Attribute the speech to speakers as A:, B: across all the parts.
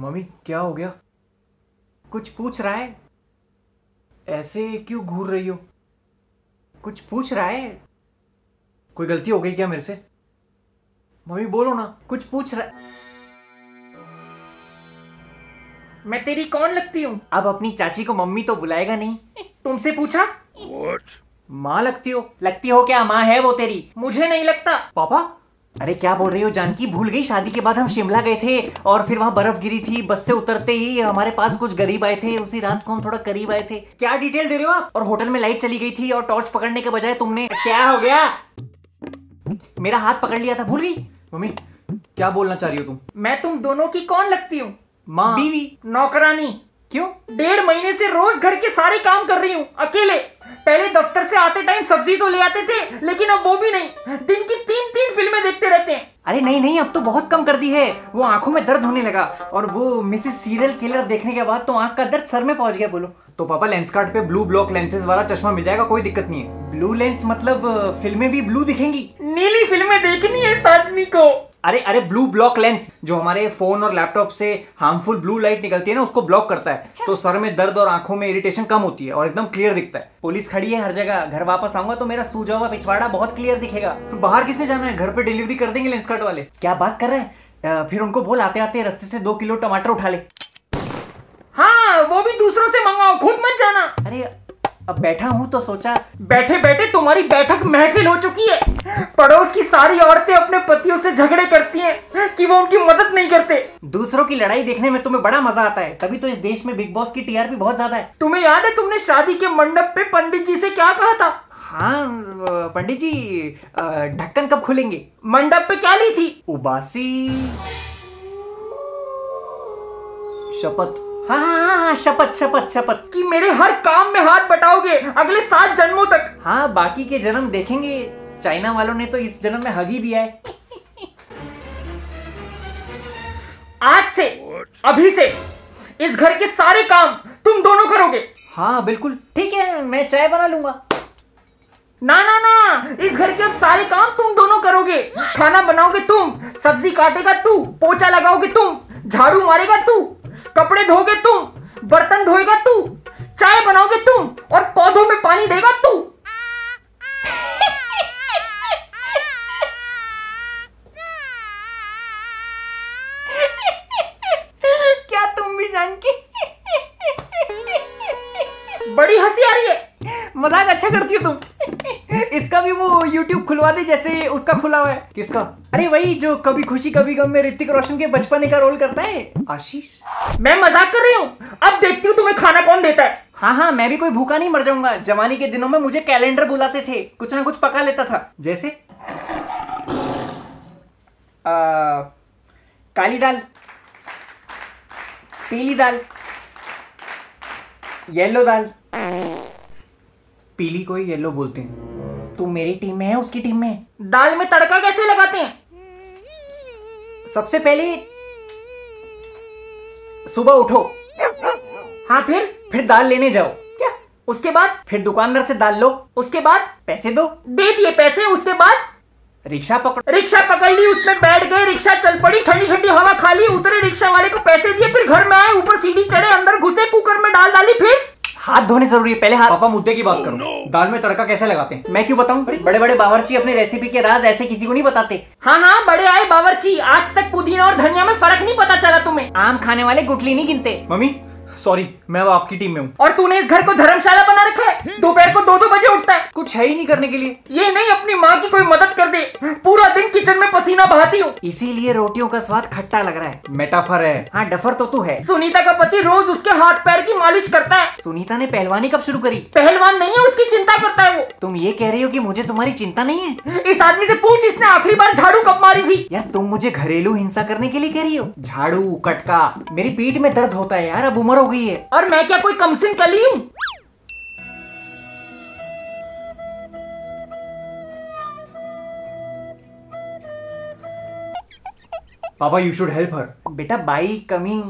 A: Mummy क्या हो गया कुछ पूछ रहा है ऐसे क्यों घूर रही हो कुछ पूछ रहा है कोई गलती हो गई क्या मेरे से मम्मी बोलो ना कुछ पूछ रहा मैं तेरी कौन लगती हूँ अब अपनी चाची को मम्मी तो बुलाएगा नहीं तुमसे पूछा माँ लगती हो लगती हो क्या माँ है वो तेरी मुझे नहीं लगता पापा अरे क्या बोल रही हो जानकी भूल गई शादी के बाद हम शिमला गए थे और फिर वहाँ बर्फ गिरी थी बस से उतरते ही हमारे पास कुछ गरीब आए थे उसी रात को हम थोड़ा करीब आए थे क्या डिटेल दे रहे हो आप और होटल में लाइट चली गई थी और टॉर्च पकड़ने के बजाय तुमने क्या हो गया मेरा हाथ पकड़ लिया था भूल गई मम्मी क्या बोलना चाह रही हो तुम
B: मैं तुम दोनों की कौन लगती हूँ
A: माँ
B: बीवी नौकरानी
A: क्यों
B: डेढ़ महीने से रोज घर के सारे काम कर रही हूँ अकेले पहले दफ्तर से आते टाइम सब्जी तो ले आते थे लेकिन अब वो भी नहीं दिन की तीन तीन फिल्में देखते रहते हैं
A: अरे नहीं नहीं अब तो बहुत कम कर दी है वो आंखों में दर्द होने लगा और वो मिसेस सीरियल किलर देखने के बाद तो आंख का दर्द सर में पहुंच गया बोलो तो पापा लेंस कार्ड पे ब्लू ब्लॉक लेंसेज वाला चश्मा मिल जाएगा कोई दिक्कत नहीं है ब्लू लेंस मतलब अ, फिल्में भी ब्लू दिखेंगी
B: नीली फिल्में देखनी है इस आदमी को
A: अरे अरे ब्लू ब्लॉक लेंस जो हमारे फोन और लैपटॉप से हार्मफुल ब्लू लाइट निकलती है ना उसको ब्लॉक करता है तो सर में दर्द और आंखों में इरिटेशन कम होती है और एकदम क्लियर दिखता है पुलिस खड़ी है हर जगह घर वापस आऊंगा तो मेरा सूजा हुआ पिछवाड़ा बहुत क्लियर दिखेगा तो बाहर किसने जाना है घर पे डिलीवरी कर देंगे लेंस कट वाले क्या बात कर रहे हैं अ, फिर उनको बोल आते आते रस्ते से दो किलो टमाटर उठा ले
B: हाँ वो भी दूसरों से मंगाओ खुद मत जाना
A: अरे अब बैठा हूँ तो सोचा
B: बैठे बैठे तुम्हारी बैठक महफिल हो चुकी है पड़ोस की सारी औरतें अपने पतियों से झगड़े करती हैं कि वो उनकी मदद नहीं करते
A: दूसरों की लड़ाई देखने में तुम्हें बड़ा मजा आता है तभी तो इस देश में बिग बॉस की टीआरपी बहुत ज्यादा है
B: तुम्हें याद है तुमने शादी के मंडप पे पंडित जी से क्या कहा था
A: हाँ अ, पंडित जी अ, ढक्कन कब खुलेंगे
B: मंडप पे क्या ली थी
A: उबासी शपथ हाँ हाँ हाँ हाँ शपथ शपथ शपथ
B: कि मेरे हर काम में हाथ बटाओगे अगले सात जन्मों तक
A: हाँ बाकी के जन्म देखेंगे चाइना वालों ने तो इस जन्म में हग ही दिया है
B: आज से अभी से इस घर के सारे काम तुम दोनों करोगे
A: हाँ बिल्कुल ठीक है मैं चाय बना लूंगा
B: ना ना ना इस घर के अब सारे काम तुम दोनों करोगे खाना बनाओगे तुम सब्जी काटेगा तू पोचा लगाओगे तुम झाड़ू मारेगा तू कपड़े धोगे तुम बर्तन धोएगा तू चाय बनाओगे तुम और पौधों में पानी देगा तू
A: क्या तुम भी जानकी
B: बड़ी हंसी आ रही है
A: मजाक अच्छा करती हो तुम इसका भी वो YouTube खुलवा दे जैसे उसका खुला हुआ है किसका अरे वही जो कभी खुशी कभी गम में ऋतिक रोशन के बचपने का रोल करता है आशीष
B: मैं मजाक कर रही हूँ अब देखती हूँ तुम्हें खाना कौन देता है
A: हाँ हाँ मैं भी कोई भूखा नहीं मर जाऊंगा जवानी के दिनों में मुझे कैलेंडर बुलाते थे कुछ ना कुछ पका लेता था जैसे आ, काली दाल पीली दाल येलो दाल पीली को ही येलो बोलते हैं तू मेरी टीम में है उसकी टीम में है?
B: दाल में तड़का कैसे लगाते हैं
A: सबसे पहले सुबह उठो
B: हाँ फिर
A: फिर दाल लेने जाओ
B: क्या उसके बाद
A: फिर दुकानदार से दाल लो
B: उसके बाद
A: पैसे दो
B: दे दिए पैसे उसके बाद
A: रिक्शा पकड़ो
B: रिक्शा पकड़ ली उसमें बैठ गए रिक्शा चल पड़ी ठंडी ठंडी हवा खा ली उतरे रिक्शा वाले को पैसे दिए फिर घर में आए ऊपर सीढ़ी चढ़े अंदर घुसे कुकर में डाल डाली फिर
A: हाथ धोने जरूरी है पहले हाथ पापा मुद्दे की बात करो दाल में तड़का कैसे लगाते हैं मैं क्यों बताऊं बड़े बड़े बावर्ची अपने रेसिपी के राज ऐसे किसी को नहीं बताते
B: हाँ हाँ बड़े आए बावर्ची आज तक पुदीना और धनिया में फर्क नहीं पता चला तुम्हें
A: आम खाने वाले गुटली नहीं गिनते मम्मी सॉरी मैं अब आपकी टीम में हूँ
B: और तूने इस घर को धर्मशाला बना रखा है दोपहर को दो दो बजे उठता है
A: कुछ है ही नहीं करने के लिए
B: ये नहीं अपनी माँ की कोई मदद कर दे पूरा दिन किचन में पसीना बहाती हूँ
A: इसीलिए रोटियों का स्वाद खट्टा लग रहा है मेटाफर है हाँ डफर तो तू है
B: सुनीता का पति रोज उसके हाथ पैर की मालिश करता है
A: सुनीता ने पहलवानी कब शुरू करी
B: पहलवान नहीं है उसकी चिंता करता है वो
A: तुम ये कह रही हो कि मुझे तुम्हारी चिंता नहीं है
B: इस आदमी से पूछ इसने आखिरी बार झाड़ू कब मारी थी
A: यार तुम मुझे घरेलू हिंसा करने के लिए कह रही हो झाड़ू कटका मेरी पीठ में दर्द होता है यार अब उम्र हो गई है
B: और मैं क्या कोई कमसिन कली हूँ
A: papa you should help her बेटा by coming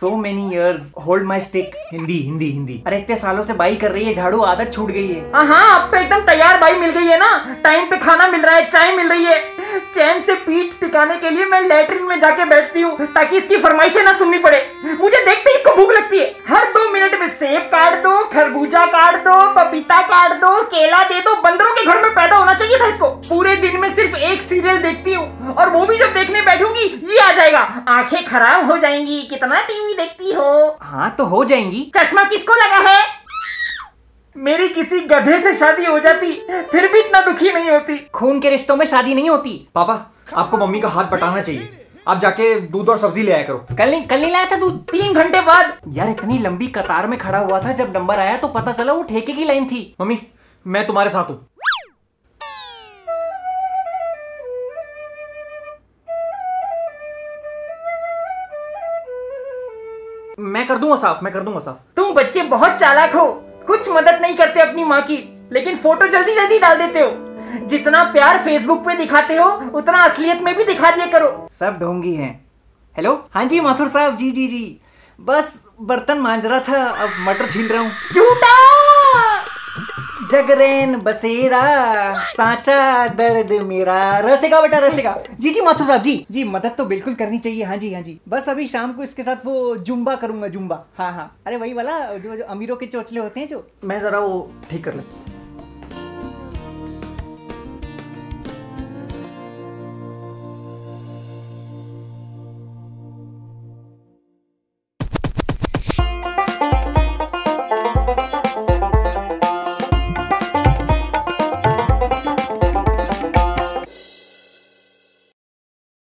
A: so many years hold my stick Hindi Hindi Hindi अरे इतने सालों से बाई कर रही है झाड़ू आदत छूट गई है
B: हाँ हाँ अब तो एकदम तैयार भाई मिल गई है ना टाइम पे खाना मिल रहा है चाय मिल रही है चैन से पीठ टिकाने के लिए मैं लेटरिन में जाके बैठती हूँ ताकि इसकी फरमाइशें ना सुननी पड़े मुझे देखते ही इसको भूख लगती है हर दो मिनट में सेब काट दो खरबूजा काट दो पपीता काट दो केला दे दो बंदरों के घर में पैदा होना चाहिए था इसको पूरे दिन में सिर्फ एक सीरियल देखती हूँ और वो भी जब देखने बैठूंगी ये आ जाएगा आंखें खराब हो जाएंगी कितना टीवी देखती हो
A: हाँ तो हो जाएंगी
B: चश्मा किसको लगा है मेरी किसी गधे से शादी हो जाती फिर भी इतना दुखी नहीं होती
A: खून के रिश्तों में शादी नहीं होती पापा आपको मम्मी का हाथ बटाना चाहिए आप जाके दूध और सब्जी ले आया करो
B: कल नहीं कल नहीं लाया था दूध तीन घंटे बाद
A: यार इतनी लंबी कतार में खड़ा हुआ था जब नंबर आया तो पता चला वो ठेके की लाइन थी मम्मी मैं तुम्हारे साथ हूँ मैं कर दूंगा साफ मैं कर दूंगा साफ
B: तुम बच्चे बहुत चालाक हो कुछ मदद नहीं करते अपनी माँ की लेकिन फोटो जल्दी जल्दी डाल देते हो जितना प्यार फेसबुक पे दिखाते हो उतना असलियत में भी दिखा दिया करो
A: सब ढोंगी हैं हेलो हाँ जी माथुर साहब जी जी जी बस बर्तन मांज रहा था अब मटर छील रहा हूँ
B: झूठा
A: जगरेन बसेरा साचा दर्द मेरा रसेगा बेटा रसेगा जी जी माथुर साहब जी जी मदद तो बिल्कुल करनी चाहिए हाँ जी हाँ जी बस अभी शाम को इसके साथ वो जुम्बा करूंगा जुम्बा हाँ हाँ अरे वही वाला जो, जो अमीरों के चोचले होते हैं जो
B: मैं जरा वो ठीक कर लेता